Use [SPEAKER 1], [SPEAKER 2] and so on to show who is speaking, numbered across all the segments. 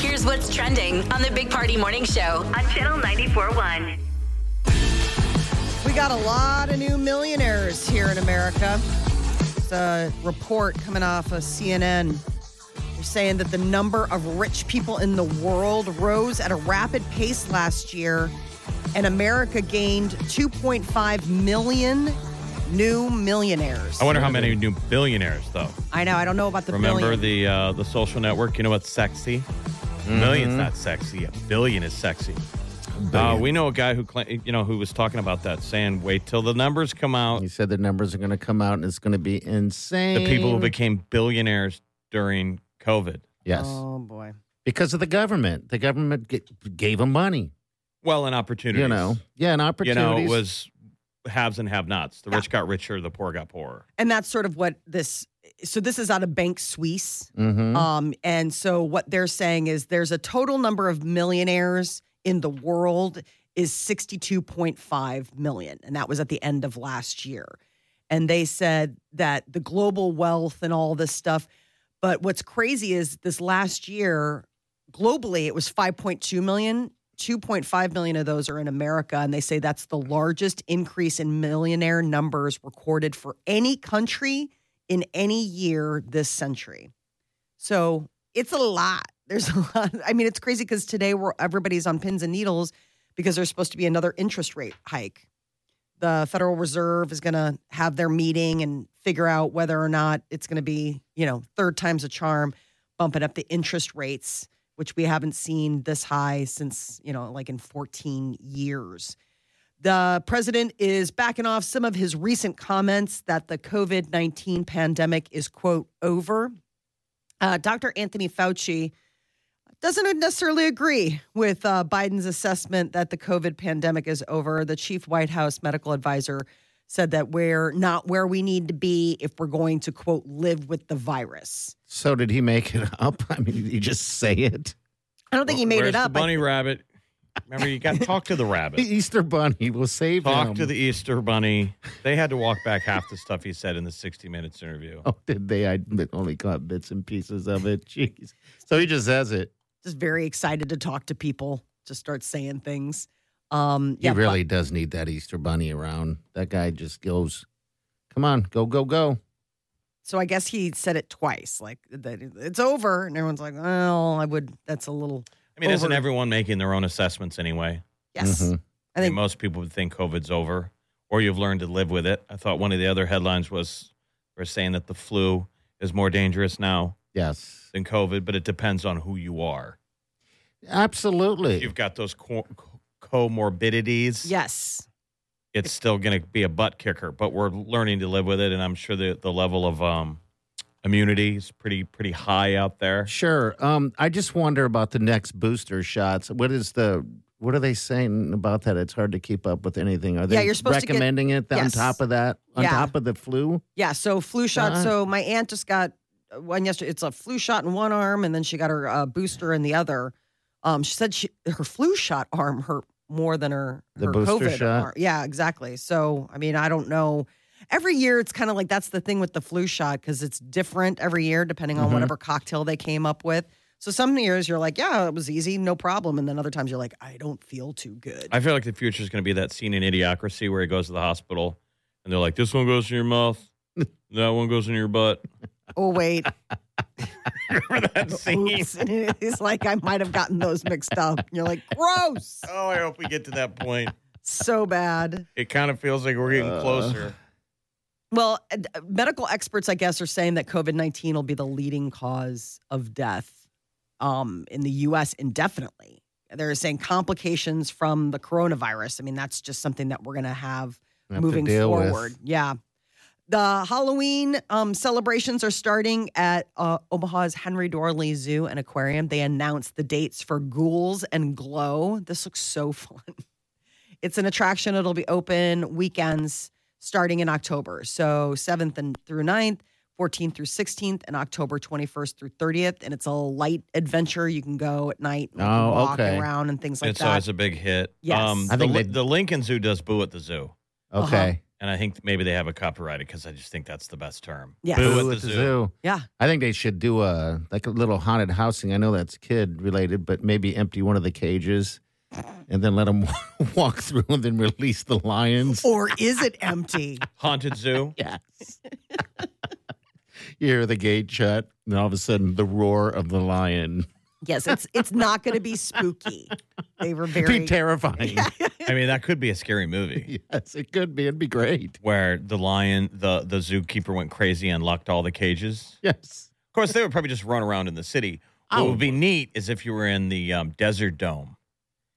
[SPEAKER 1] Here's what's trending on the Big Party Morning Show on Channel 94.1.
[SPEAKER 2] We got a lot of new millionaires here in America. It's a report coming off of CNN. They're saying that the number of rich people in the world rose at a rapid pace last year, and America gained 2.5 million new millionaires.
[SPEAKER 3] I wonder how many new billionaires though.
[SPEAKER 2] I know. I don't know about the
[SPEAKER 3] Remember
[SPEAKER 2] billion. Mm-hmm.
[SPEAKER 3] the uh, the social network? You know what's sexy? A Million's not sexy. A billion is sexy. Uh, we know a guy who cla- you know who was talking about that, saying, "Wait till the numbers come out."
[SPEAKER 4] He said the numbers are going to come out and it's going to be insane.
[SPEAKER 3] The people who became billionaires during COVID.
[SPEAKER 4] Yes.
[SPEAKER 2] oh boy.
[SPEAKER 4] Because of the government. The government g- gave them money.
[SPEAKER 3] Well, and opportunities.
[SPEAKER 4] You know? Yeah, and
[SPEAKER 3] you
[SPEAKER 4] opportunities.
[SPEAKER 3] know, it was haves and have-nots. The rich got richer. The poor got poorer.
[SPEAKER 2] And that's sort of what this. So this is out of Bank Suisse.
[SPEAKER 4] Mhm.
[SPEAKER 2] Um, and so what they're saying is there's a total number of millionaires in the world is 62.5 million, and that was at the end of last year. And they said that the global wealth and all this stuff. But what's crazy is this last year, globally, it was 5.2 million. 2.5 million of those are in America, and they say that's the largest increase in millionaire numbers recorded for any country in any year this century. So it's a lot. There's a lot. I mean, it's crazy because today we're everybody's on pins and needles because there's supposed to be another interest rate hike. The Federal Reserve is going to have their meeting and figure out whether or not it's going to be, you know, third time's a charm, bumping up the interest rates, which we haven't seen this high since, you know, like in 14 years. The president is backing off some of his recent comments that the COVID 19 pandemic is, quote, over uh, Dr. Anthony Fauci doesn't necessarily agree with uh, Biden's assessment that the COVID pandemic is over. The chief White House medical advisor said that we're not where we need to be if we're going to, quote, live with the virus.
[SPEAKER 4] so did he make it up? I mean, did he just say it?
[SPEAKER 2] I don't think he made
[SPEAKER 3] Where's
[SPEAKER 2] it up.
[SPEAKER 3] The
[SPEAKER 2] I-
[SPEAKER 3] bunny rabbit. Remember, you got to talk to the rabbit.
[SPEAKER 4] The Easter Bunny will save
[SPEAKER 3] Talk
[SPEAKER 4] him.
[SPEAKER 3] to the Easter Bunny. They had to walk back half the stuff he said in the 60 Minutes interview.
[SPEAKER 4] Oh, did they? I only caught bits and pieces of it. Jeez. So he just says it.
[SPEAKER 2] just very excited to talk to people, just start saying things. Um, yeah,
[SPEAKER 4] he really does need that Easter bunny around. That guy just goes, come on, go, go, go.
[SPEAKER 2] So I guess he said it twice, like that it's over, and everyone's like, "Well, I would." That's a little
[SPEAKER 3] I mean, isn't
[SPEAKER 2] Over-
[SPEAKER 3] everyone making their own assessments anyway?
[SPEAKER 2] yes.
[SPEAKER 4] Mhm.
[SPEAKER 2] I
[SPEAKER 3] I
[SPEAKER 2] think
[SPEAKER 3] mean, most people would think COVID's over or you've learned to live with it. I thought one of the other headlines was we're saying that the flu is more dangerous now
[SPEAKER 4] Yes.
[SPEAKER 3] than COVID, but it depends on who you are.
[SPEAKER 4] Absolutely.
[SPEAKER 3] If you've got those co- co- comorbidities,
[SPEAKER 2] yes.
[SPEAKER 3] it's still going to be a butt kicker, but we're learning to live with it. And I'm sure the, the level of um, immunity is pretty, pretty high out there.
[SPEAKER 4] Sure. Um, I just wonder about the next booster shots. What is the what are they saying about that? It's hard to keep up with anything. Are they
[SPEAKER 2] Yeah, you're supposed to get-
[SPEAKER 4] recommending it on
[SPEAKER 2] Yes.
[SPEAKER 4] top of that? On
[SPEAKER 2] Yeah.
[SPEAKER 4] top of the flu?
[SPEAKER 2] Yeah, so flu shot.
[SPEAKER 4] Uh-uh.
[SPEAKER 2] So my aunt just got uh, one yesterday. It's a flu shot in one arm, and then she got her uh, booster in the other. Um, she said she, her flu shot arm hurt more than her,
[SPEAKER 4] The
[SPEAKER 2] her
[SPEAKER 4] booster
[SPEAKER 2] COVID
[SPEAKER 4] shot?
[SPEAKER 2] arm. Yeah, exactly. So I mean, I don't know. Every year, it's kind of like that's the thing with the flu shot because it's different every year depending on
[SPEAKER 4] Mhm.
[SPEAKER 2] whatever cocktail they came up with. So some years you're like, yeah, it was easy, no problem, and then other times you're like, I don't feel too good.
[SPEAKER 3] I feel like the future is going to be that scene in Idiocracy where he goes to the hospital and they're like, this one goes in your mouth, that one goes in your butt.
[SPEAKER 2] oh wait,
[SPEAKER 3] Remember that scene?
[SPEAKER 2] oops. He's like, I might have gotten those mixed up. And you're like, gross.
[SPEAKER 3] Oh, I hope we get to that point.
[SPEAKER 2] so bad.
[SPEAKER 3] It kind of feels like we're getting closer.
[SPEAKER 2] Well, and, uh, medical experts, I guess, are saying that COVID 19 will be the leading cause of death um, in the US indefinitely. They're saying complications from the coronavirus. I mean, that's just something that we're going to have
[SPEAKER 4] Have to
[SPEAKER 2] moving
[SPEAKER 4] deal with.
[SPEAKER 2] forward. Yeah. The Halloween um, celebrations are starting at uh, Omaha's Henry Dorley Zoo and Aquarium. They announced the dates for Ghouls and Glow. This looks so fun. It's an attraction. It'll be open weekends starting in October. So 7th and through 9th, 14th through 16th, and October 21st through 30th. And it's a light adventure. You can go at night and you can
[SPEAKER 4] Oh,
[SPEAKER 2] walk
[SPEAKER 4] okay.
[SPEAKER 2] around and things like
[SPEAKER 3] it's
[SPEAKER 2] that.
[SPEAKER 3] always a big hit. Um,
[SPEAKER 2] Yes.
[SPEAKER 4] I think
[SPEAKER 3] the,
[SPEAKER 4] they-
[SPEAKER 3] the Lincoln Zoo does boo at the zoo.
[SPEAKER 2] Uh-huh.
[SPEAKER 4] Okay.
[SPEAKER 3] And I think maybe they have it copyrighted because I just think that's the best term.
[SPEAKER 2] Yes.
[SPEAKER 3] Boo,
[SPEAKER 2] Boo
[SPEAKER 3] at the, zoo.
[SPEAKER 2] yeah.
[SPEAKER 4] I think they should do a like a little haunted housing. I know that's kid related, but maybe empty one of the cages and then let them walk through and then release the lions.
[SPEAKER 2] Or is it empty?
[SPEAKER 3] Haunted zoo.
[SPEAKER 4] Yes. you hear the gate shut, and all of a sudden the roar of the lion.
[SPEAKER 2] yes, it's it's not going to be spooky. They were very
[SPEAKER 4] Be terrifying.
[SPEAKER 3] I mean, that could be a scary movie
[SPEAKER 4] yes, it could be. It'd be great.
[SPEAKER 3] where the lion, the the zookeeper went crazy and locked all the cages.
[SPEAKER 4] Yes.
[SPEAKER 3] Of course, they would probably just run around in the city. What
[SPEAKER 4] Oh.
[SPEAKER 3] would be neat is if you were in the um, desert dome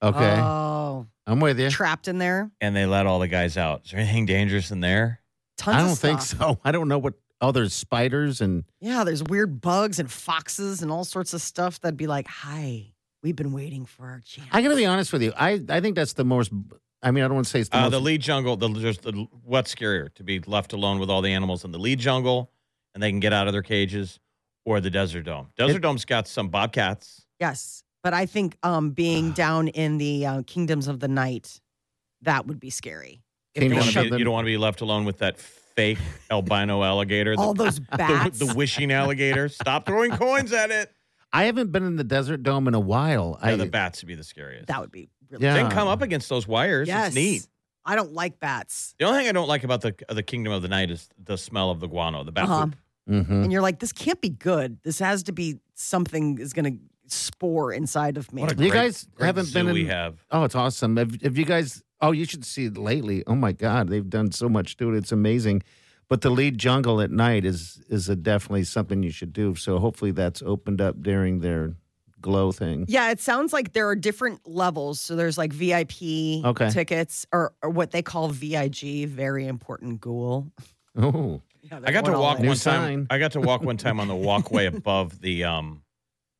[SPEAKER 4] Okay.
[SPEAKER 3] uh,
[SPEAKER 2] Oh,
[SPEAKER 4] I'm with you.
[SPEAKER 2] trapped in there.
[SPEAKER 3] and they let all the guys out. Is there anything dangerous in there?
[SPEAKER 2] Tons
[SPEAKER 4] I
[SPEAKER 2] of
[SPEAKER 4] don't think
[SPEAKER 2] stuff.
[SPEAKER 4] so. I don't know what. Oh, there's spiders and
[SPEAKER 2] Yeah, there's weird bugs and foxes and all sorts of stuff that'd be like, "Hi, we've been waiting for our chance."
[SPEAKER 4] I gotta be honest with you. I I think that's the most. I mean, I don't want to say it's the
[SPEAKER 3] uh,
[SPEAKER 4] most.
[SPEAKER 3] the lead jungle. The just the, what's scarier to be left alone with all the animals in the lead jungle, and they can get out of their cages, or the desert dome. Desert
[SPEAKER 4] It-
[SPEAKER 3] dome's got some bobcats.
[SPEAKER 2] Yes, but I think um, being down in the uh, kingdoms of the night, that would be scary. If
[SPEAKER 3] You
[SPEAKER 2] they
[SPEAKER 3] don't,
[SPEAKER 4] Kingdom
[SPEAKER 3] want
[SPEAKER 4] of
[SPEAKER 2] shut-
[SPEAKER 3] to
[SPEAKER 4] Shove
[SPEAKER 3] be,
[SPEAKER 4] them-
[SPEAKER 3] you don't want to be left alone with that fake albino alligator.
[SPEAKER 2] all
[SPEAKER 3] the,
[SPEAKER 2] those bats.
[SPEAKER 3] the, the wishing alligator. Stop throwing coins at it.
[SPEAKER 4] I haven't been in the desert dome in a while.
[SPEAKER 3] Yeah,
[SPEAKER 4] I
[SPEAKER 3] the bats would be the scariest.
[SPEAKER 2] that would be really
[SPEAKER 4] Yeah.
[SPEAKER 3] They can come up against those wires.
[SPEAKER 2] yes.
[SPEAKER 3] It's neat.
[SPEAKER 2] I don't like bats.
[SPEAKER 3] The only thing I don't like about the the Kingdom of the Night is the smell of the guano, the bat
[SPEAKER 2] Uh-huh.
[SPEAKER 3] poop.
[SPEAKER 4] Mhm.
[SPEAKER 2] And you're like, this can't be good. This has to be something is going to spore inside of me.
[SPEAKER 3] What a
[SPEAKER 4] You
[SPEAKER 3] great-
[SPEAKER 4] guys
[SPEAKER 3] great
[SPEAKER 4] haven't
[SPEAKER 3] zoo
[SPEAKER 4] been in-
[SPEAKER 3] We have.
[SPEAKER 4] Oh, it's awesome. If, if you guys, oh, you should see it lately. Oh my God, they've done so much to it. It's amazing. But the lead jungle at night is is a definitely something you should do. So hopefully that's opened up during their glow thing.
[SPEAKER 2] Yeah, it sounds like there are different levels. So there's like VIP
[SPEAKER 4] Okay.
[SPEAKER 2] tickets or, or what they call VIG, very important ghoul.
[SPEAKER 4] Oh,
[SPEAKER 2] Yeah,
[SPEAKER 3] I
[SPEAKER 2] there's
[SPEAKER 3] got to
[SPEAKER 2] all
[SPEAKER 3] walk
[SPEAKER 2] in.
[SPEAKER 4] New
[SPEAKER 3] one time.
[SPEAKER 4] sign.
[SPEAKER 3] I got to walk one time on the walkway above the um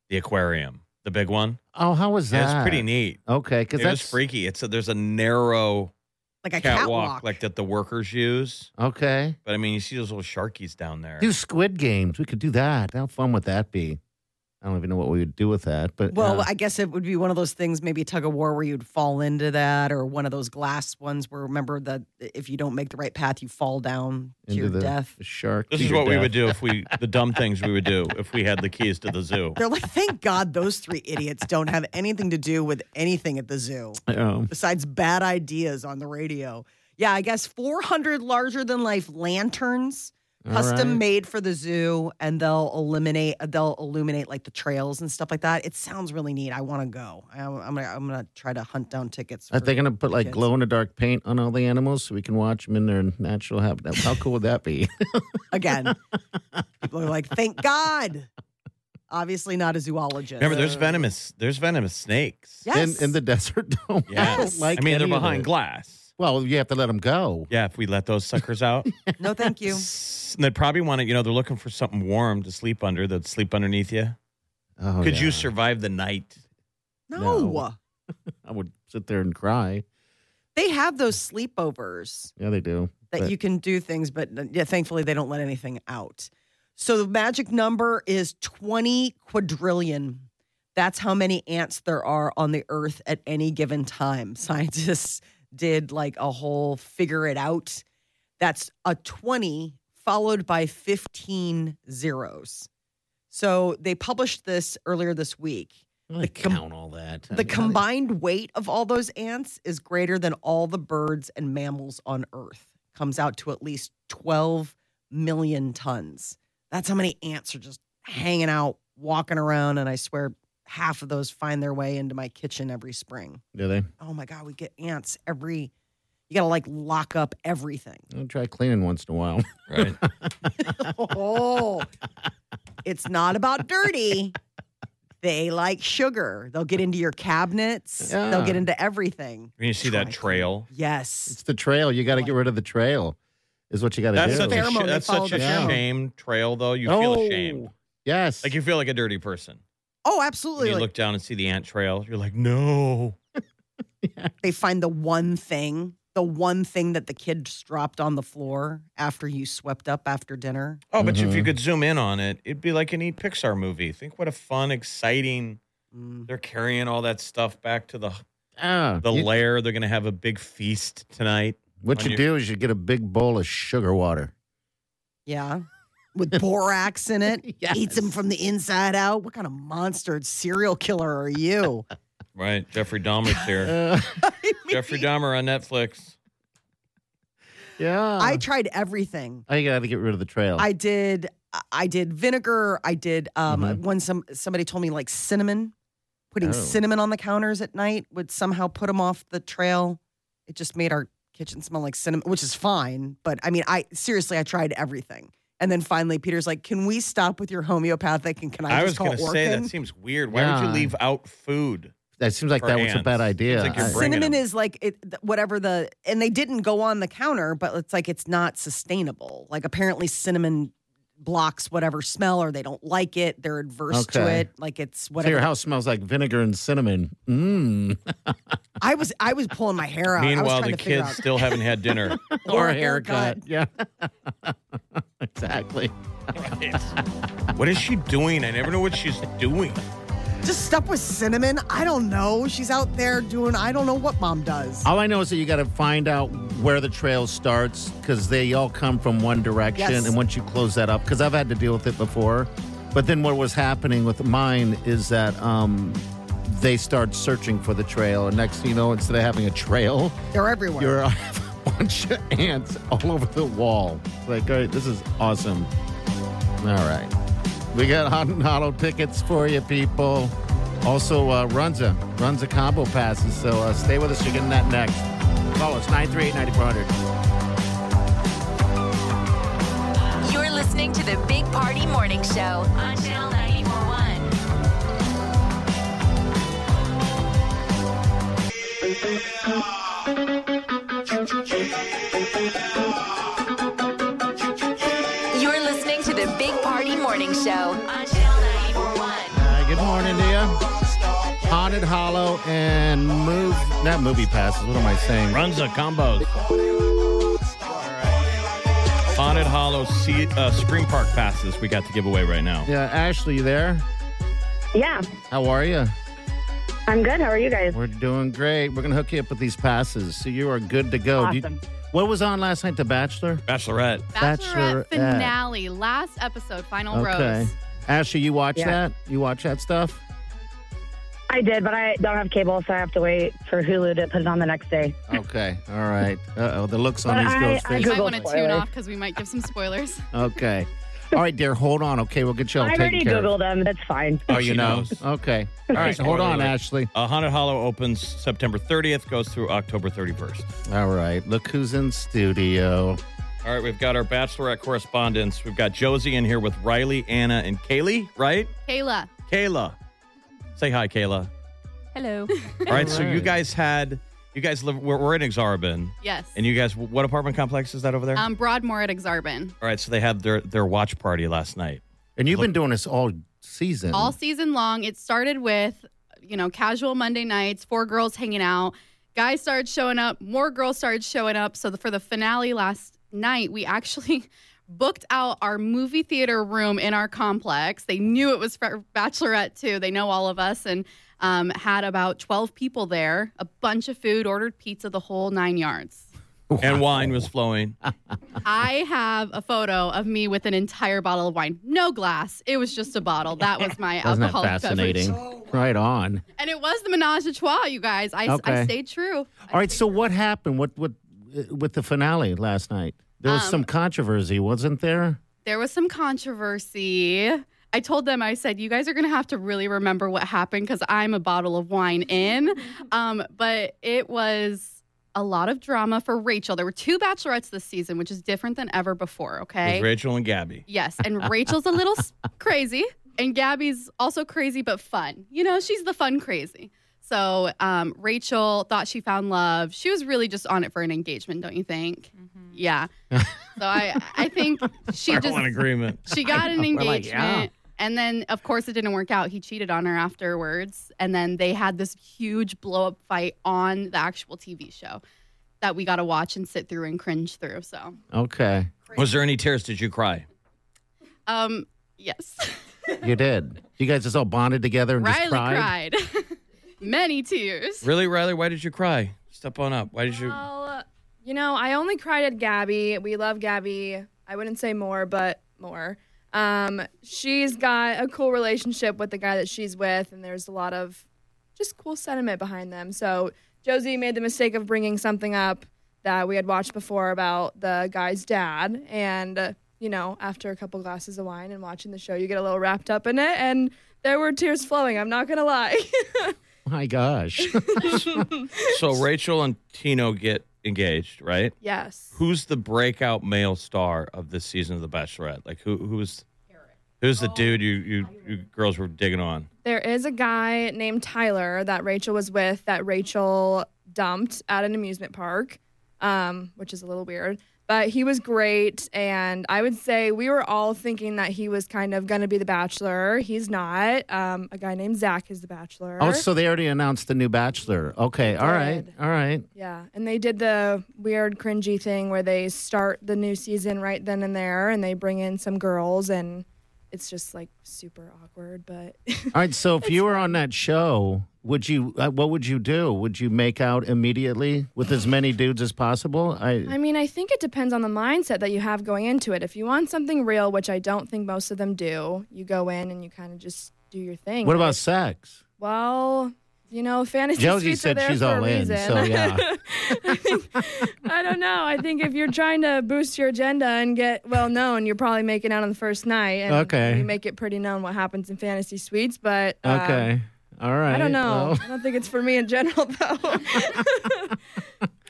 [SPEAKER 3] the aquarium, the big one.
[SPEAKER 4] oh, how was that?
[SPEAKER 3] Yeah, it's pretty neat.
[SPEAKER 4] Okay, because
[SPEAKER 3] It
[SPEAKER 4] that's
[SPEAKER 3] was freaky. It's a, there's a narrow
[SPEAKER 2] like a
[SPEAKER 3] catwalk,
[SPEAKER 2] catwalk.
[SPEAKER 3] like that the workers use.
[SPEAKER 4] Okay,
[SPEAKER 3] But I mean, you see those little sharkies down there.
[SPEAKER 4] do Squid Games. We could do that. How fun would that be? I don't even know what we would do with that. But
[SPEAKER 2] Well,
[SPEAKER 4] uh,
[SPEAKER 2] I guess it would be one of those things, maybe tug of war where you'd fall into that, or one of those glass ones where remember that if you don't make the right path, you fall down to
[SPEAKER 4] into
[SPEAKER 2] your
[SPEAKER 4] the
[SPEAKER 2] death.
[SPEAKER 4] shark.
[SPEAKER 3] This
[SPEAKER 4] to
[SPEAKER 3] is
[SPEAKER 4] your
[SPEAKER 3] what we
[SPEAKER 4] death.
[SPEAKER 3] would do if we the dumb things we would do if we had the keys to the zoo.
[SPEAKER 2] They're like, thank God those three idiots don't have anything to do with anything at the zoo.
[SPEAKER 4] Um,
[SPEAKER 2] besides bad ideas on the radio. Yeah, I guess 400 larger than life lanterns,
[SPEAKER 4] All
[SPEAKER 2] custom
[SPEAKER 4] right.
[SPEAKER 2] made for the zoo, and they'll illuminate they'll illuminate like the trails and stuff like that. It sounds really neat. I want to go. I, I'm gonna I'm gonna try to hunt down tickets.
[SPEAKER 4] Are
[SPEAKER 2] for-
[SPEAKER 4] they going to put like
[SPEAKER 2] kids.
[SPEAKER 4] glow in the dark paint on all the animals so we can watch them in their natural habitat? How cool would that be?
[SPEAKER 2] again? People are like, thank God. Obviously, not a zoologist.
[SPEAKER 3] Remember, there's venomous there's venomous snakes.
[SPEAKER 2] Yes.
[SPEAKER 4] in, in the desert dome. I
[SPEAKER 3] Yes.
[SPEAKER 4] don't like
[SPEAKER 3] I mean, they're
[SPEAKER 4] any of
[SPEAKER 3] behind
[SPEAKER 4] it.
[SPEAKER 3] glass.
[SPEAKER 4] Well, you have to let them go.
[SPEAKER 3] Yeah, if we let those suckers out,
[SPEAKER 2] no, thank you.
[SPEAKER 3] S- they'd probably want to. You know, they're looking for something warm to sleep under. That'd sleep underneath you.
[SPEAKER 4] Oh,
[SPEAKER 3] Could
[SPEAKER 4] yeah.
[SPEAKER 3] you survive the night?
[SPEAKER 2] No.
[SPEAKER 4] No. I would sit there and cry.
[SPEAKER 2] they have those sleepovers.
[SPEAKER 4] Yeah, they do.
[SPEAKER 2] that
[SPEAKER 4] But-
[SPEAKER 2] you can do things, but uh, yeah, thankfully they don't let anything out. So the magic number is 20 quadrillion. That's how many ants there are on the earth at any given time. Scientists did like a whole figure it out. That's a 20 followed by 15 zeros. So they published this earlier this week.
[SPEAKER 4] I
[SPEAKER 2] com-
[SPEAKER 4] count all that. I
[SPEAKER 2] The
[SPEAKER 4] mean, I-
[SPEAKER 2] combined weight of all those ants is greater than all the birds and mammals on Earth. Comes out to at least 12 million tons. That's how many ants are just hanging out, walking around. And I swear half of those find their way into my kitchen every spring.
[SPEAKER 4] Do they?
[SPEAKER 2] Oh my God, we get ants every, you got to like lock up everything.
[SPEAKER 4] I'll try cleaning once in a while.
[SPEAKER 3] Right.
[SPEAKER 2] Oh, it's not about dirty. They like sugar. They'll get into your cabinets. They'll
[SPEAKER 4] Yeah.
[SPEAKER 2] get into everything.
[SPEAKER 3] When you see that
[SPEAKER 2] Triton.
[SPEAKER 3] trail,
[SPEAKER 2] Yes.
[SPEAKER 4] It's the trail. You got to get rid of the trail. is what you got to
[SPEAKER 3] That's
[SPEAKER 4] do. Oh,
[SPEAKER 3] such, a,
[SPEAKER 2] Pheromone,
[SPEAKER 3] sh-
[SPEAKER 2] they
[SPEAKER 3] that's such a
[SPEAKER 2] follow the
[SPEAKER 3] shame trail, though. You feel ashamed.
[SPEAKER 4] Yes.
[SPEAKER 3] Like you feel like a dirty person.
[SPEAKER 2] Oh,
[SPEAKER 3] When
[SPEAKER 2] absolutely.
[SPEAKER 3] you
[SPEAKER 2] Like,
[SPEAKER 3] look down and see the ant trail, you're like, no.
[SPEAKER 2] they find the one thing, the one thing that the kid just dropped on the floor after you swept up after dinner.
[SPEAKER 3] Oh, but
[SPEAKER 4] Mm-hmm.
[SPEAKER 3] if you could zoom in on it, it'd be like a neat Pixar movie. Think what a fun, exciting.
[SPEAKER 2] Mm.
[SPEAKER 3] They're carrying all that stuff back to the
[SPEAKER 4] Ah,
[SPEAKER 3] the
[SPEAKER 4] you-
[SPEAKER 3] lair. They're going to have a big feast tonight.
[SPEAKER 4] what
[SPEAKER 3] on your-
[SPEAKER 4] you do is you get a big bowl of sugar water.
[SPEAKER 2] Yeah. With borax in it.
[SPEAKER 4] Yes.
[SPEAKER 2] Eats them from the inside out. What kind of monster serial killer are you?
[SPEAKER 3] Right, Jeffrey Dahmer's here.
[SPEAKER 4] Uh,
[SPEAKER 3] Jeffrey Dahmer on Netflix.
[SPEAKER 4] yeah.
[SPEAKER 2] I tried everything.
[SPEAKER 4] I got to get rid of the trail.
[SPEAKER 2] I did I did vinegar. I did um
[SPEAKER 3] Mm-hmm.
[SPEAKER 4] Mhm.
[SPEAKER 2] when some somebody told me like cinnamon. Putting
[SPEAKER 4] Oh.
[SPEAKER 2] cinnamon on the counters at night would somehow put them off the trail. It just made our kitchen smell like cinnamon, which is fine, but I mean I seriously I tried everything. And then finally Peter's like, "Can we stop with your homeopathic and can I,
[SPEAKER 3] I,
[SPEAKER 2] just
[SPEAKER 3] was
[SPEAKER 2] call
[SPEAKER 3] going to say that
[SPEAKER 2] Orkin?"
[SPEAKER 3] seems weird. Why would you
[SPEAKER 4] Yeah.
[SPEAKER 3] leave out food?
[SPEAKER 4] that seems like
[SPEAKER 3] For
[SPEAKER 4] that was a
[SPEAKER 3] ants. Seems
[SPEAKER 4] bad idea.
[SPEAKER 3] like you're
[SPEAKER 4] I-
[SPEAKER 3] bringing
[SPEAKER 2] cinnamon
[SPEAKER 3] them.
[SPEAKER 2] is like it, th- whatever the and they didn't go on the counter but it's like it's not sustainable like apparently cinnamon blocks whatever smell or they don't like it they're adverse to
[SPEAKER 4] Okay.
[SPEAKER 2] it like it's
[SPEAKER 4] so your
[SPEAKER 2] whatever
[SPEAKER 4] house smells like vinegar and cinnamon. Mmm.
[SPEAKER 2] i was i was pulling my hair out I was
[SPEAKER 3] Meanwhile,
[SPEAKER 2] trying
[SPEAKER 3] the
[SPEAKER 2] to figure
[SPEAKER 3] kids still haven't had dinner.
[SPEAKER 2] out
[SPEAKER 4] or a haircut. Yeah. exactly.
[SPEAKER 3] what is she doing? I never know what she's doing.
[SPEAKER 2] just stuff with cinnamon i don't know she's out there doing i don't know what mom does
[SPEAKER 4] All I know is that you got to find out where the trail starts because they all come from one direction.
[SPEAKER 2] Yes.
[SPEAKER 4] And once you close that up, because I've had to deal with it before. But then what was happening with mine is that um, they start searching for the trail. And next thing you know, instead of having a trail,
[SPEAKER 2] they're everywhere
[SPEAKER 4] you're a bunch of ants all over the wall. Like, all right, this is awesome. All right. We got hot and auto tickets for you, people. Also, uh, Runza. Runza combo passes. So uh, stay with us. You're getting that next. Call us 938 9400.
[SPEAKER 1] You're listening to the Big Party Morning Show on Channel 941. You're listening to the Big Party Morning Show on Channel 941.
[SPEAKER 4] Uh, good morning to you. Haunted Hollow and Move. Not movie passes. What am I saying?
[SPEAKER 3] Runza combos. Haunted Hollow sea, uh, Spring Park passes we got to give away right now.
[SPEAKER 4] Yeah, Ashley, you there?
[SPEAKER 5] Yeah,
[SPEAKER 4] How are you?
[SPEAKER 5] I'm good. How are you guys?
[SPEAKER 4] We're doing great. We're going to hook you up with these passes. So you are good to go. Do you-
[SPEAKER 5] Awesome.
[SPEAKER 4] what was on last night, The Bachelor?
[SPEAKER 3] Bachelorette.
[SPEAKER 4] Bachelorette.
[SPEAKER 6] Bachelorette finale, last episode, final rose.
[SPEAKER 4] Ashley, you watch
[SPEAKER 5] Yeah.
[SPEAKER 4] that? You watch that stuff?
[SPEAKER 5] I did, but I don't have cable, so I have to wait for Hulu to put it on the next day.
[SPEAKER 4] Okay. All right. Uh oh. The looks on
[SPEAKER 5] But
[SPEAKER 4] these
[SPEAKER 5] I-
[SPEAKER 4] girls'
[SPEAKER 5] I
[SPEAKER 6] You
[SPEAKER 4] faces.
[SPEAKER 6] might
[SPEAKER 5] Google
[SPEAKER 6] want to tune
[SPEAKER 5] spoiler.
[SPEAKER 6] off because we might give some spoilers.
[SPEAKER 4] Okay. All right, dear. Hold on. Okay. We'll get you all
[SPEAKER 5] I
[SPEAKER 4] taken
[SPEAKER 5] already
[SPEAKER 4] Oh, care of.
[SPEAKER 5] Googled them. That's fine.
[SPEAKER 3] Oh,
[SPEAKER 4] You
[SPEAKER 3] she
[SPEAKER 4] know?
[SPEAKER 3] knows.
[SPEAKER 4] Okay. All right. so hold
[SPEAKER 3] spoiler
[SPEAKER 4] on,
[SPEAKER 3] alert.
[SPEAKER 4] Ashley.
[SPEAKER 3] Uh, Haunted Hollow opens September 30th, goes through October 31st.
[SPEAKER 4] All right. Look who's in studio.
[SPEAKER 3] All right, we've got our Bachelorette correspondence. We've got Josie in here with Riley, Anna, and Kaylee, right?
[SPEAKER 6] Kayla.
[SPEAKER 3] Kayla. Say hi, Kayla.
[SPEAKER 7] Hello.
[SPEAKER 3] All right, so you
[SPEAKER 4] right.
[SPEAKER 3] guys had, you guys live, we're, we're in Exarban,
[SPEAKER 6] Yes.
[SPEAKER 3] and you guys, what apartment complex is that over there?
[SPEAKER 6] um, Broadmoor at Exarban.
[SPEAKER 3] All right, so they had their, their watch party last night.
[SPEAKER 4] And you've been doing this all season.
[SPEAKER 6] All season long, it started with, you know, casual Monday nights, four girls hanging out. Guys started showing up, more girls started showing up. So the, for the finale last night, we actually booked out our movie theater room in our complex. They knew it was for Bachelorette too. They know all of us and um, had about 12 people there, a bunch of food, ordered pizza, the whole nine yards.
[SPEAKER 3] And wine was flowing.
[SPEAKER 6] I have a photo of me with an entire bottle of wine, no glass. It was just a bottle. That was my
[SPEAKER 4] Wasn't that
[SPEAKER 6] alcoholic
[SPEAKER 4] fascinating?
[SPEAKER 6] beverage.
[SPEAKER 4] Right on.
[SPEAKER 6] And it was the menage a trois, you guys. I,
[SPEAKER 4] Okay.
[SPEAKER 6] I stayed true.
[SPEAKER 4] All right. So what happened? What what uh, with the finale last night? There was
[SPEAKER 6] Um,
[SPEAKER 4] some controversy, wasn't there?
[SPEAKER 6] There was some controversy. I told them, I said, you guys are going to have to really remember what happened because I'm a bottle of wine in. Um, but it was a lot of drama for Rachel. There were two bachelorettes this season, which is different than ever before, okay?
[SPEAKER 3] With Rachel and Gabby.
[SPEAKER 6] Yes, and Rachel's a little s- crazy, and Gabby's also crazy but fun. You know, she's the fun crazy. So um, Rachel thought she found love. She was really just on it for an engagement, don't you think? Yeah. So I I think she
[SPEAKER 3] We're
[SPEAKER 6] just
[SPEAKER 3] all in agreement.
[SPEAKER 6] she got an
[SPEAKER 4] We're
[SPEAKER 6] engagement.
[SPEAKER 4] like, yeah.
[SPEAKER 6] And then, of course, it didn't work out. He cheated on her afterwards. And then they had this huge blow up fight on the actual TV show that we got to watch and sit through and cringe through. So,
[SPEAKER 4] Okay.
[SPEAKER 3] Was there any tears? Did you cry?
[SPEAKER 6] um, yes,
[SPEAKER 4] You did. You guys just all bonded together and
[SPEAKER 6] Riley
[SPEAKER 4] just cried.
[SPEAKER 6] cried. Many tears.
[SPEAKER 3] Really, Riley? Why did you cry? Step on up. Why did you?
[SPEAKER 7] Well, you know, I only cried at Gabby. We love Gabby. I wouldn't say more, but more. Um, she's got a cool relationship with the guy that she's with, and there's a lot of just cool sentiment behind them. So Josie made the mistake of bringing something up that we had watched before about the guy's dad, and uh, you know, after a couple glasses of wine and watching the show, you get a little wrapped up in it, and there were tears flowing. I'm not gonna lie.
[SPEAKER 4] My gosh.
[SPEAKER 3] So Rachel and Tino get engaged, right?
[SPEAKER 7] yes.
[SPEAKER 3] Who's the breakout male star of this season of The Bachelorette? Like who who's who's the dude you you, you girls were digging on?
[SPEAKER 7] There is a guy named Tyler that Rachel was with that Rachel dumped at an amusement park, um, which is a little weird. But he was great. And I would say we were all thinking that he was kind of going to be the bachelor. He's not. Um, a guy named Zach is the bachelor.
[SPEAKER 4] oh, so they already announced the new Bachelor. Okay. All right.
[SPEAKER 7] did.
[SPEAKER 4] All right.
[SPEAKER 7] yeah. And they did the weird, cringy thing where they start the new season right then and there and they bring in some girls. And it's just like super awkward. But
[SPEAKER 4] All right. So if you were on that show, would you? Uh, what would you do? Would you make out immediately with as many dudes as possible? I.
[SPEAKER 7] I mean, I think it depends on the mindset that you have going into it. If you want something real, which I don't think most of them do, you go in and you kind of just do your thing.
[SPEAKER 4] what about sex?
[SPEAKER 7] Well, you know, fantasy
[SPEAKER 4] Josie
[SPEAKER 7] suites are
[SPEAKER 4] said
[SPEAKER 7] there
[SPEAKER 4] she's
[SPEAKER 7] for a
[SPEAKER 4] all in.
[SPEAKER 7] reason.
[SPEAKER 4] So yeah.
[SPEAKER 7] I, think- I don't know. I think if you're trying to boost your agenda and get well known, you're probably making out on the first night. And
[SPEAKER 4] Okay.
[SPEAKER 7] You make it pretty known what happens in fantasy suites, but um,
[SPEAKER 4] Okay. All right.
[SPEAKER 7] I don't know.
[SPEAKER 4] Well,
[SPEAKER 7] I don't think it's for me in general, though.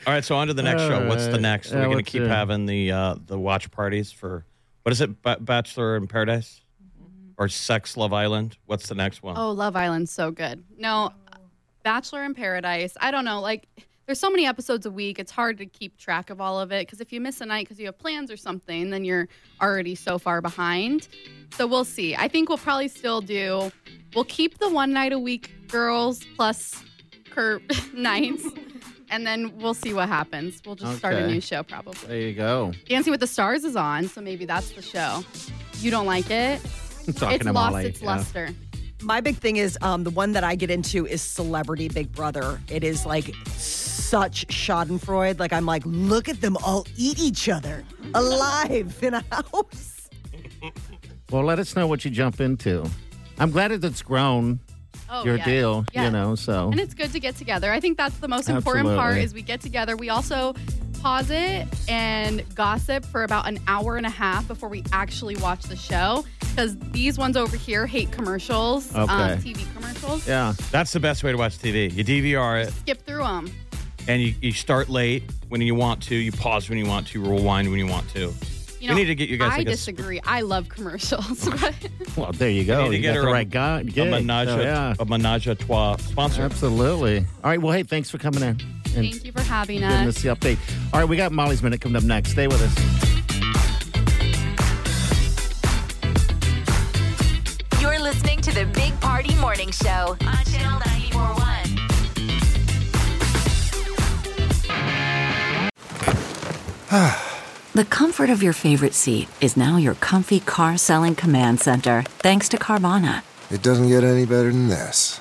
[SPEAKER 3] All right, so on to the next
[SPEAKER 4] All
[SPEAKER 3] show. What's the
[SPEAKER 4] right.
[SPEAKER 3] next?
[SPEAKER 4] Uh, Yeah,
[SPEAKER 3] We're gonna
[SPEAKER 4] what's
[SPEAKER 3] keep
[SPEAKER 4] the-
[SPEAKER 3] having the uh the watch parties for what is it? Ba- Bachelor in Paradise or Sex Love Island? What's the next one?
[SPEAKER 6] Oh, Love Island's so good. No, Bachelor in Paradise. I don't know. Like, there's so many episodes a week. It's hard to keep track of all of it because if you miss a night because you have plans or something, then you're already so far behind. So we'll see. I think we'll probably still do. We'll keep the one night a week girls plus Kurt nights, and then we'll see what happens. We'll just start a
[SPEAKER 4] Okay.
[SPEAKER 6] new show probably.
[SPEAKER 4] there you go.
[SPEAKER 6] Dancing with the Stars is on, so maybe that's the show. You don't like it?
[SPEAKER 4] Talking
[SPEAKER 6] it's
[SPEAKER 4] to
[SPEAKER 6] lost
[SPEAKER 4] Molly,
[SPEAKER 6] its
[SPEAKER 4] yeah.
[SPEAKER 6] luster.
[SPEAKER 2] My big thing is um, the one that I get into is Celebrity Big Brother. It is like such Schadenfreude. Like I'm like, look at them all eat each other alive in a house.
[SPEAKER 4] Well, let us know what you jump into. I'm glad that it's grown
[SPEAKER 6] Oh,
[SPEAKER 4] your
[SPEAKER 6] yeah.
[SPEAKER 4] deal. You
[SPEAKER 6] Yeah.
[SPEAKER 4] know. So.
[SPEAKER 6] And it's good to get together. I think that's the most important part
[SPEAKER 4] Absolutely.
[SPEAKER 6] is we get together. We also pause it and gossip for about an hour and a half before we actually watch the show because these ones over here hate commercials, um,
[SPEAKER 4] Okay.
[SPEAKER 6] TV commercials.
[SPEAKER 4] yeah.
[SPEAKER 3] That's the best way to watch TV. You DVR it
[SPEAKER 6] Skip through them.
[SPEAKER 3] and you, you start late when you want to, you pause when you want to, rewind when you want to.
[SPEAKER 6] You
[SPEAKER 3] We
[SPEAKER 6] know,
[SPEAKER 3] need to get you guys,
[SPEAKER 6] I
[SPEAKER 3] like, a sp-
[SPEAKER 6] disagree. I love commercials. but
[SPEAKER 4] Well, there you go.
[SPEAKER 3] need to
[SPEAKER 4] you
[SPEAKER 3] get
[SPEAKER 4] got
[SPEAKER 3] her
[SPEAKER 4] the
[SPEAKER 3] a-
[SPEAKER 4] right guy.
[SPEAKER 3] a
[SPEAKER 4] gig.
[SPEAKER 3] menage,
[SPEAKER 4] So,
[SPEAKER 3] a-
[SPEAKER 4] yeah.
[SPEAKER 3] a menage a trois sponsor.
[SPEAKER 4] Absolutely. All right. Well, hey, thanks for coming in. and
[SPEAKER 6] Thank you for having
[SPEAKER 4] giving
[SPEAKER 6] us.
[SPEAKER 4] us the update. All right, we got Molly's Minute coming up next. Stay with us.
[SPEAKER 1] You're listening to the Big Party Morning Show on Channel 941.
[SPEAKER 8] The comfort of your favorite seat is now your comfy car selling command center, thanks to Carvana.
[SPEAKER 9] It doesn't get any better than this.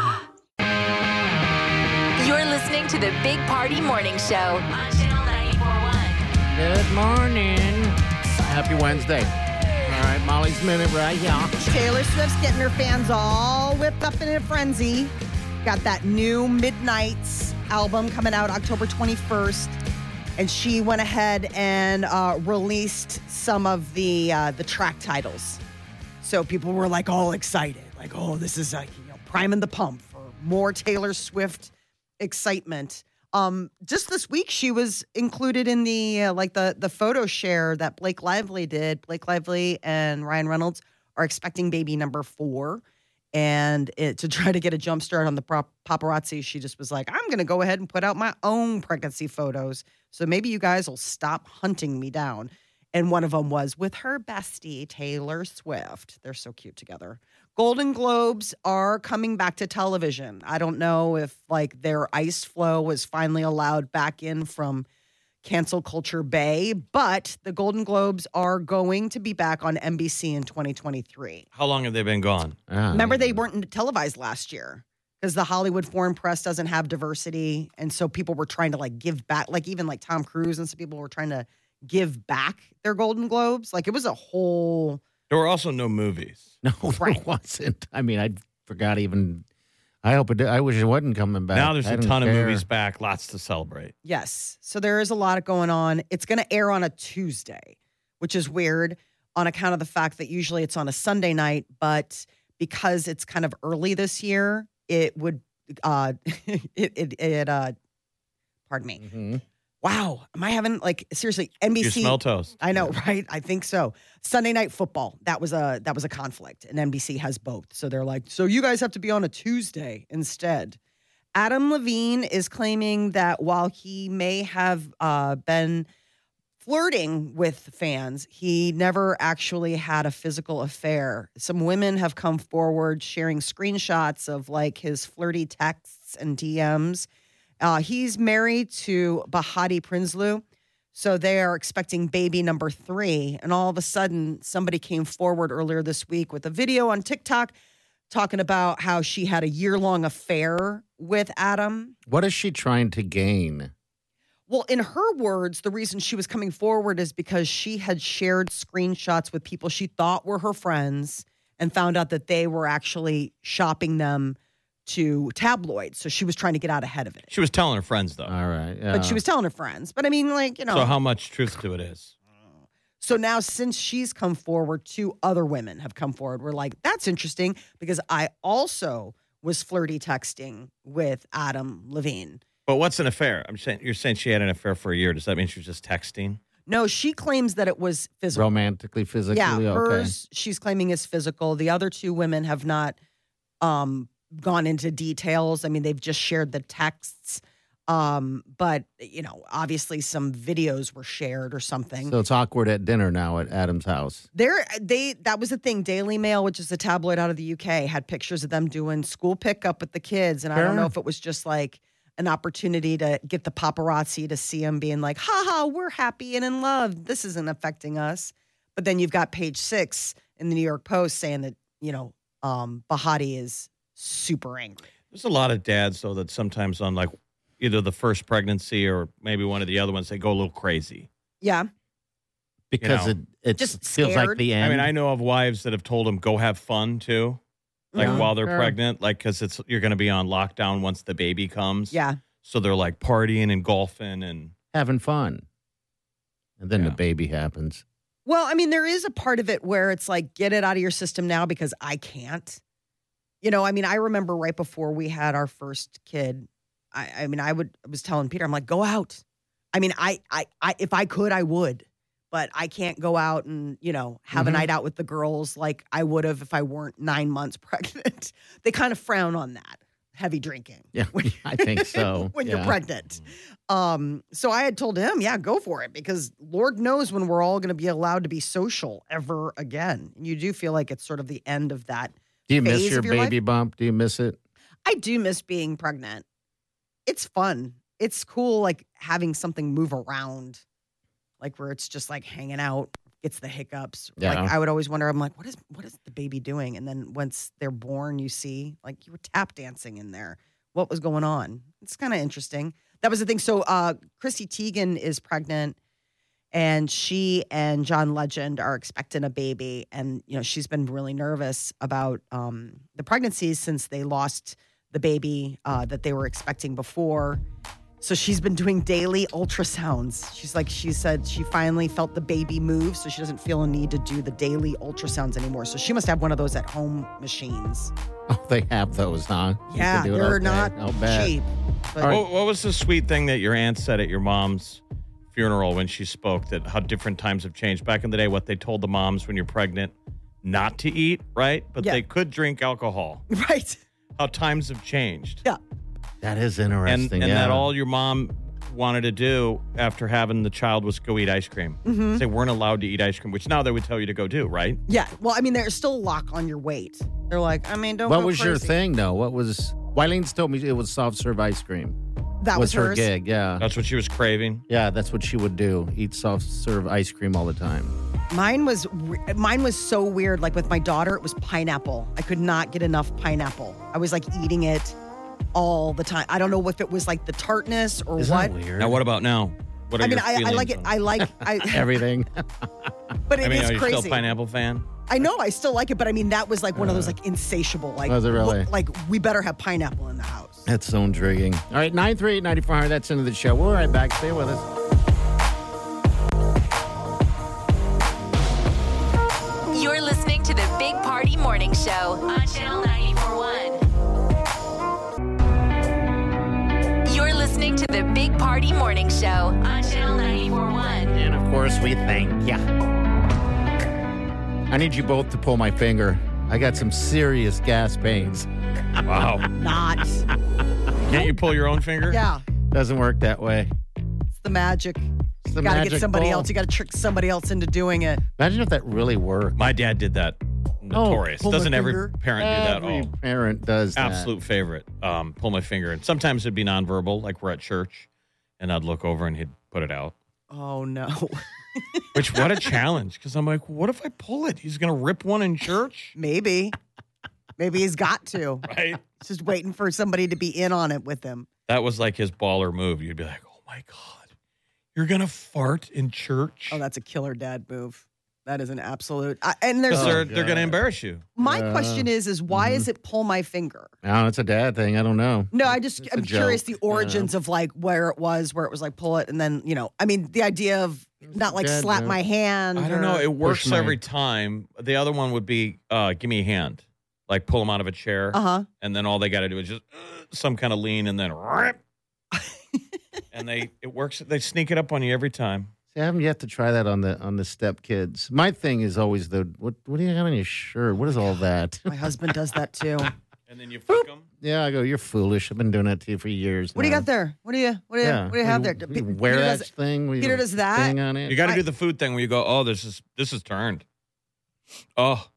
[SPEAKER 1] to the Big Party Morning Show on Channel 941.
[SPEAKER 4] Good morning. Happy Wednesday. All right, Molly's minute right here.
[SPEAKER 2] Taylor Swift's getting her fans all whipped up in a frenzy. Got that new Midnight's album coming out October 21st. And she went ahead and uh, released some of the uh, the track titles. So people were like all excited, like, oh, this is like you know, priming the pump for more Taylor Swift excitement. Um, just this week, she was included in the uh, like the the photo share that Blake Lively did. Blake Lively and Ryan Reynolds are expecting baby number four, and it, to try to get a jump start on the prop, paparazzi, she just was like, "I'm going to go ahead and put out my own pregnancy photos, so maybe you guys will stop hunting me down." And one of them was with her bestie, Taylor Swift. They're so cute together. Golden Globes are coming back to television. I don't know if like their ice flow was finally allowed back in from cancel culture bay, but the Golden Globes are going to be back on NBC in 2023.
[SPEAKER 3] How long have they been gone?
[SPEAKER 2] Remember, they weren't televised last year because the Hollywood Foreign Press doesn't have diversity, and so people were trying to like give back, like even like Tom Cruise and some people were trying to give back their Golden Globes. Like it was a whole
[SPEAKER 3] There were also no movies.
[SPEAKER 4] No, there wasn't. I mean, I forgot even. I hope it. Did. I wish it wasn't coming back.
[SPEAKER 3] now there's
[SPEAKER 4] I
[SPEAKER 3] a
[SPEAKER 4] didn't
[SPEAKER 3] ton of
[SPEAKER 4] care.
[SPEAKER 3] movies back, lots to celebrate.
[SPEAKER 2] Yes. So there is a lot going on. It's going to air on a Tuesday, which is weird on account of the fact that usually it's on a Sunday night, but because it's kind of early this year, it would uh it it, it uh pardon me.
[SPEAKER 4] Mhm.
[SPEAKER 2] Wow, am I having like seriously
[SPEAKER 3] You
[SPEAKER 2] NBC
[SPEAKER 3] smell toast.
[SPEAKER 2] I know, right? I think so. Sunday night football. That was a that was a conflict, and NBC has both. So they're like, so you guys have to be on a Tuesday instead. Adam Levine is claiming that while he may have uh, been flirting with fans, he never actually had a physical affair. Some women have come forward sharing screenshots of like his flirty texts and DMs. Uh, he's married to Bahati Prinsloo. So they are expecting baby number three. And all of a sudden, somebody came forward earlier this week with a video on TikTok talking about how she had a year long affair with Adam.
[SPEAKER 4] What is she trying to gain?
[SPEAKER 2] Well, in her words, the reason she was coming forward is because she had shared screenshots with people she thought were her friends and found out that they were actually shopping them to tabloids. So she was trying to get out ahead of it.
[SPEAKER 3] She was telling her friends though.
[SPEAKER 4] All right. uh, Yeah.
[SPEAKER 2] But she was telling her friends. But I mean, like, you know.
[SPEAKER 3] So how much truth to it is?
[SPEAKER 2] So now, since she's come forward, two other women have come forward. We're like, that's interesting because I also was flirty texting with Adam Levine.
[SPEAKER 3] But what's an affair? I'm saying you're saying she had an affair for a year. Does that mean she was just texting?
[SPEAKER 2] No, she claims that it was physical.
[SPEAKER 4] romantically, physically.
[SPEAKER 2] yeah,
[SPEAKER 4] okay.
[SPEAKER 2] hers she's claiming is physical. The other two women have not um, gone into details. I mean, they've just shared the texts. Um, but you know, obviously some videos were shared or something.
[SPEAKER 4] So it's awkward at dinner now at Adam's house.
[SPEAKER 2] There, they that was the thing. Daily Mail, which is a tabloid out of the UK, had pictures of them doing school pickup with the kids, and I don't know
[SPEAKER 4] Sure.
[SPEAKER 2] if it was just like an opportunity to get the paparazzi to see them being like, "Ha ha, we're happy and in love. This isn't affecting us." But then you've got page six in the New York Post saying that you know um, Bahati is super angry.
[SPEAKER 3] There's a lot of dads though that sometimes on like either the first pregnancy or maybe one of the other ones they go a little crazy.
[SPEAKER 2] Yeah,
[SPEAKER 4] Because
[SPEAKER 3] know,
[SPEAKER 4] it, it
[SPEAKER 2] just
[SPEAKER 4] feels like
[SPEAKER 2] scared.
[SPEAKER 4] the end.
[SPEAKER 3] I mean, I know of wives that have told them go have fun too, like
[SPEAKER 2] Mm-hmm.
[SPEAKER 4] Yeah.
[SPEAKER 3] while they're
[SPEAKER 4] Sure.
[SPEAKER 3] pregnant, like because it's you're going to be on lockdown once the baby comes.
[SPEAKER 2] yeah.
[SPEAKER 3] So they're like partying and golfing and
[SPEAKER 4] having fun. And then the
[SPEAKER 3] Yeah.
[SPEAKER 4] baby happens.
[SPEAKER 2] Well, I mean, there is a part of it where it's like, get it out of your system now because I can't. You know, I mean, I remember right before we had our first kid, I, I mean, I would I was telling Peter, I'm like, go out. I mean, I, I, I, if I could, I would, but I can't go out and you know have
[SPEAKER 4] Mhm.
[SPEAKER 2] a night out with the girls like I would have if I weren't nine months pregnant. they kind of frown on that heavy drinking.
[SPEAKER 4] Yeah, I think so.
[SPEAKER 2] when
[SPEAKER 4] Yeah.
[SPEAKER 2] you're pregnant. Um, so I had told him, yeah, go for it because Lord knows when we're all going to be allowed to be social ever again. And you do feel like it's sort of the end of that.
[SPEAKER 4] Do you miss
[SPEAKER 2] phase
[SPEAKER 4] your
[SPEAKER 2] of your life?
[SPEAKER 4] baby bump? Do you miss it?
[SPEAKER 2] I do miss being pregnant. It's fun. It's cool, like having something move around, like where it's just like hanging out, gets the hiccups.
[SPEAKER 4] Yeah.
[SPEAKER 2] Like I would always wonder, I'm like, what is what is the baby doing? And then once they're born, you see, like you were tap dancing in there what was going on. It's kind of interesting. That was the thing. So uh, Chrissy Teigen is pregnant, and she and John Legend are expecting a baby, and you know she's been really nervous about um, the pregnancy since they lost the baby uh, that they were expecting before. So she's been doing daily ultrasounds. She's like, she said she finally felt the baby move, so she doesn't feel a need to do the daily ultrasounds anymore. So she must have one of those at home machines.
[SPEAKER 4] Oh, they have those, huh? You can
[SPEAKER 2] Yeah,
[SPEAKER 4] do it all
[SPEAKER 2] they're
[SPEAKER 4] day.
[SPEAKER 2] not
[SPEAKER 4] I'll bet.
[SPEAKER 2] cheap. But
[SPEAKER 3] What, what was the sweet thing that your aunt said at your mom's funeral when she spoke that how different times have changed? Back in the day, what they told the moms when you're pregnant not to eat, right? But
[SPEAKER 2] Yeah.
[SPEAKER 3] they could drink alcohol.
[SPEAKER 2] right,
[SPEAKER 3] How times have changed.
[SPEAKER 2] yeah,
[SPEAKER 4] That is
[SPEAKER 3] And,
[SPEAKER 4] interesting.
[SPEAKER 3] and
[SPEAKER 4] yeah.
[SPEAKER 3] that all your mom wanted to do after having the child was go eat ice cream. They weren't allowed to eat ice cream, which now they would tell you to go do, right?
[SPEAKER 2] Mm-hmm. yeah. Well, I mean, there's still a lock on your weight. They're like, I mean, don't.
[SPEAKER 4] What
[SPEAKER 2] go
[SPEAKER 4] was your
[SPEAKER 2] crazy.
[SPEAKER 4] thing though? What was? Wylene's told me it was soft serve ice cream.
[SPEAKER 2] That was,
[SPEAKER 4] was her
[SPEAKER 2] hers.
[SPEAKER 4] gig. Yeah.
[SPEAKER 3] That's what she was craving.
[SPEAKER 4] Yeah, that's what she would do. Eat soft serve ice cream all the time.
[SPEAKER 2] Mine was we- mine was so weird. Like with my daughter, it was pineapple. I could not get enough pineapple. I was like eating it all the time. I don't know if it was like the tartness or
[SPEAKER 4] Isn't
[SPEAKER 2] what.
[SPEAKER 4] that weird?
[SPEAKER 3] Now, what about now? What are
[SPEAKER 2] I mean,
[SPEAKER 3] your
[SPEAKER 2] I, I
[SPEAKER 3] feelings
[SPEAKER 2] like it.
[SPEAKER 3] on
[SPEAKER 2] I like. I,
[SPEAKER 4] Everything.
[SPEAKER 2] but it
[SPEAKER 3] I
[SPEAKER 2] is
[SPEAKER 3] mean, are you
[SPEAKER 2] crazy.
[SPEAKER 3] still a pineapple Uh. fan?
[SPEAKER 2] I know I still like it, but I mean that was like one of those like insatiable like
[SPEAKER 4] Was it really?
[SPEAKER 2] look, like we better have pineapple in the house.
[SPEAKER 4] that's so intriguing. All right, 938 9400. That's the end of the show. We'll be right back. Stay with us.
[SPEAKER 1] You're listening to the Big Party Morning Show on Channel 941. You're listening to the Big Party Morning Show on Channel 941.
[SPEAKER 4] And of course, we thank ya. I need you both to pull my finger. I got some serious gas pains.
[SPEAKER 3] Wow.
[SPEAKER 2] Not.
[SPEAKER 3] Can't you pull your own finger?
[SPEAKER 2] yeah.
[SPEAKER 4] Doesn't work that way.
[SPEAKER 2] It's the magic.
[SPEAKER 4] It's the
[SPEAKER 2] You gotta
[SPEAKER 4] magic
[SPEAKER 2] get somebody
[SPEAKER 4] ball.
[SPEAKER 2] else. You gotta trick somebody else into doing it.
[SPEAKER 4] Imagine if that really worked.
[SPEAKER 3] My dad did that. Notorious.
[SPEAKER 2] Oh, pull my
[SPEAKER 3] Doesn't every
[SPEAKER 2] finger.
[SPEAKER 3] parent do
[SPEAKER 4] Every
[SPEAKER 3] that? Oh,
[SPEAKER 4] parent does that.
[SPEAKER 3] absolute favorite. Um, pull my finger, and sometimes it'd be nonverbal, like we're at church, and I'd look over and he'd put it out.
[SPEAKER 2] Oh no.
[SPEAKER 3] Which what a challenge, because I'm like, what if I pull it? He's gonna rip one in church,
[SPEAKER 2] Maybe. Maybe he's got to.
[SPEAKER 3] right?
[SPEAKER 2] He's just waiting for somebody to be in on it with him.
[SPEAKER 3] That was like his baller move. You'd be like, oh my god, you're gonna fart in church?
[SPEAKER 2] Oh, that's a killer dad move. That is an absolute. I, and there's
[SPEAKER 3] 'Cause they're
[SPEAKER 4] Oh,
[SPEAKER 3] they're gonna
[SPEAKER 4] God.
[SPEAKER 3] embarrass you.
[SPEAKER 2] my
[SPEAKER 4] Yeah. Mm-hmm.
[SPEAKER 2] question is is why is it pull my finger?
[SPEAKER 4] No, Oh, it's a dad thing. I don't know.
[SPEAKER 2] No, I just
[SPEAKER 4] It's a
[SPEAKER 2] I'm curious the
[SPEAKER 4] joke,
[SPEAKER 2] origins of like where it was, where it was like pull it, and then you know, I mean, the idea of not like
[SPEAKER 4] dead
[SPEAKER 2] slap
[SPEAKER 4] now.
[SPEAKER 2] my hand.
[SPEAKER 3] I don't
[SPEAKER 2] or-
[SPEAKER 3] know. It works
[SPEAKER 4] my-
[SPEAKER 3] every time. The other one would be, uh, give me a hand, like pull him out of a chair.
[SPEAKER 2] Uh-huh.
[SPEAKER 3] and then all they got to do is just uh, some kind of lean and then rip. and they it works they sneak it up on you every time
[SPEAKER 4] See, I haven't yet to try that on the on the step kids. My thing is always though, what what do you got on your shirt? What is all that?
[SPEAKER 2] My husband does that too.
[SPEAKER 3] and then you fuck them
[SPEAKER 4] Yeah, I go, you're foolish. I've been doing that to you for years.
[SPEAKER 2] What do you
[SPEAKER 4] now."
[SPEAKER 2] got there? What do you what do you
[SPEAKER 4] Yeah.
[SPEAKER 2] what do you have there?
[SPEAKER 4] You
[SPEAKER 2] Pe-
[SPEAKER 4] wear
[SPEAKER 2] Peter
[SPEAKER 4] that
[SPEAKER 2] does-
[SPEAKER 4] thing. We
[SPEAKER 2] Peter does that?
[SPEAKER 4] Thing on it.
[SPEAKER 3] you got to
[SPEAKER 2] I-
[SPEAKER 3] do the food thing where you go oh this is this is turned oh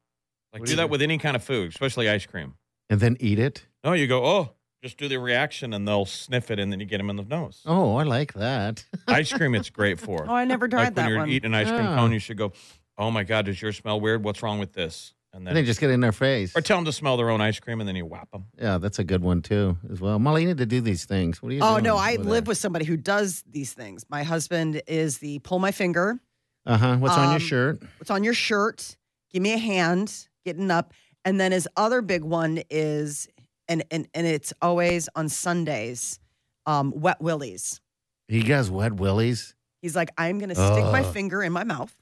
[SPEAKER 3] like
[SPEAKER 4] What do
[SPEAKER 3] do
[SPEAKER 4] you
[SPEAKER 3] that
[SPEAKER 4] do?
[SPEAKER 3] with any kind of food especially ice cream
[SPEAKER 4] and then eat it.
[SPEAKER 3] no you go oh just do the reaction and they'll sniff it and then you get them in the nose
[SPEAKER 4] Oh, I like that.
[SPEAKER 3] ice cream it's great for
[SPEAKER 2] Oh, I never tried
[SPEAKER 3] like when
[SPEAKER 2] that
[SPEAKER 3] you're
[SPEAKER 2] one.
[SPEAKER 3] eating an ice cream
[SPEAKER 4] Yeah.
[SPEAKER 3] cone you should go oh my god does your smell weird what's wrong with this and
[SPEAKER 4] And they
[SPEAKER 3] then
[SPEAKER 4] just get in their face.
[SPEAKER 3] or tell them to smell their own ice cream and then you whap them
[SPEAKER 4] yeah, that's a good one too, as well. Molly, you need to do these things. What do you?
[SPEAKER 2] oh no, I live with somebody who does these things. My husband is the pull my finger.
[SPEAKER 4] Uh huh. What's on
[SPEAKER 2] um,
[SPEAKER 4] your shirt?
[SPEAKER 2] What's on your shirt? Give me a hand. Getting up, and then his other big one is, and and and it's always on Sundays, um, wet willies.
[SPEAKER 4] You guys wet willies.
[SPEAKER 2] He's like, I'm gonna stick my
[SPEAKER 4] Ugh.
[SPEAKER 2] finger in my mouth,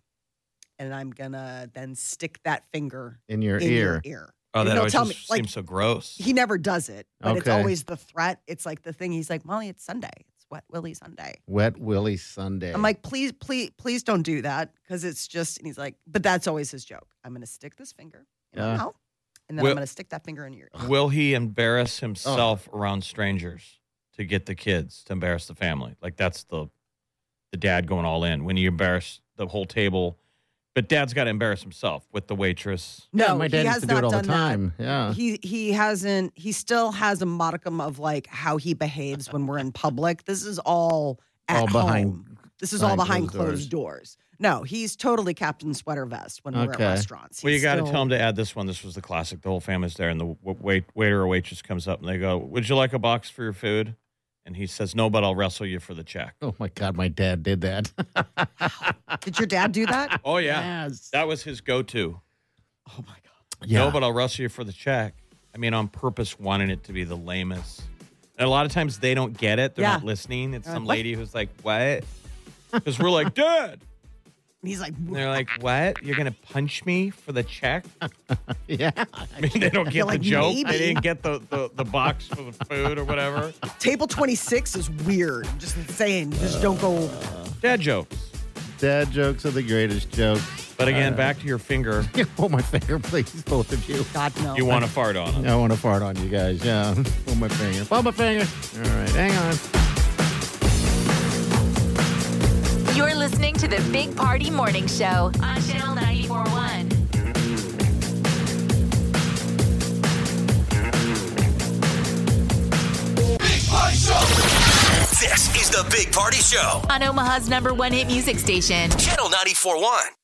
[SPEAKER 2] and I'm gonna then stick that finger
[SPEAKER 4] In your
[SPEAKER 2] in
[SPEAKER 4] ear.
[SPEAKER 2] your ear.
[SPEAKER 3] oh
[SPEAKER 2] You
[SPEAKER 3] that
[SPEAKER 2] know,
[SPEAKER 3] always
[SPEAKER 2] tell
[SPEAKER 3] just
[SPEAKER 2] me, like-
[SPEAKER 3] seems so gross
[SPEAKER 2] He never does it, but it's
[SPEAKER 4] Okay.
[SPEAKER 2] always the threat. It's like the thing. He's like, Molly, it's Sunday. It's Wet Willie Sunday.
[SPEAKER 4] Wet willie Sunday.
[SPEAKER 2] I'm like, please, please, please don't do that because it's just. And he's like, but that's always his joke. I'm gonna stick this finger in my
[SPEAKER 4] Yeah.
[SPEAKER 2] mouth, and then
[SPEAKER 3] Well-
[SPEAKER 2] I'm gonna stick that finger in your ear.
[SPEAKER 3] Will he embarrass himself around strangers to get the kids to embarrass the family? Like that's the the dad going all in when you embarrass the whole table. But dad's got to embarrass himself with the waitress.
[SPEAKER 2] No,
[SPEAKER 4] Yeah, my dad
[SPEAKER 2] he
[SPEAKER 4] used
[SPEAKER 2] has
[SPEAKER 4] to do it
[SPEAKER 2] not
[SPEAKER 4] all the
[SPEAKER 2] done that.
[SPEAKER 4] time. Yeah.
[SPEAKER 2] He he hasn't. He still has a modicum of like how he behaves when we're in public. This is all at
[SPEAKER 4] All behind
[SPEAKER 2] home. This is all
[SPEAKER 4] behind
[SPEAKER 2] behind
[SPEAKER 4] closed
[SPEAKER 2] closed doors. No, he's totally Captain Sweater Vest when we're at
[SPEAKER 4] Okay.
[SPEAKER 2] restaurants.
[SPEAKER 3] Well, you
[SPEAKER 2] He's
[SPEAKER 3] got to
[SPEAKER 2] still-
[SPEAKER 3] tell them to add this one. This was the classic. The whole family's there, and the w- wait, waiter or waitress comes up and they go, "Would you like a box for your food?" And he says, "No, but I'll wrestle you for the check."
[SPEAKER 4] Oh my God, my dad did that.
[SPEAKER 2] Did your dad do that?
[SPEAKER 3] Oh yeah,
[SPEAKER 4] yes.
[SPEAKER 3] that was his go-to.
[SPEAKER 2] oh my god.
[SPEAKER 3] No, but I'll wrestle you for the check. I mean, on purpose, wanting it to be the lamest. And a lot of times they don't get it. They're
[SPEAKER 2] Yeah.
[SPEAKER 3] not listening. It's
[SPEAKER 2] They're
[SPEAKER 3] some
[SPEAKER 2] like, "What?"
[SPEAKER 3] lady who's like, "What?" Because we're like, "Dad,"
[SPEAKER 2] And he's like,
[SPEAKER 3] and they're like, "What? You're gonna punch me for the check?"
[SPEAKER 4] yeah.
[SPEAKER 3] I mean, they don't get
[SPEAKER 2] like,
[SPEAKER 3] the joke.
[SPEAKER 2] maybe.
[SPEAKER 3] They didn't get the, the the box for the food or whatever.
[SPEAKER 2] table 26 is weird. I'm just saying, just don't go over that.
[SPEAKER 3] Dad jokes.
[SPEAKER 4] Dad jokes are the greatest jokes.
[SPEAKER 3] But again, back to your finger.
[SPEAKER 4] Hold oh, my finger, please, both of you.
[SPEAKER 2] God, no.
[SPEAKER 3] You want to fart on it.
[SPEAKER 4] I want to fart on you guys. Yeah. Hold my finger. Hold Oh, my finger. All right, hang on.
[SPEAKER 1] You're listening to the Big Party Morning Show on Channel 941.
[SPEAKER 10] This is the Big Party Show,
[SPEAKER 1] On Omaha's number one hit music station.
[SPEAKER 10] Channel 941.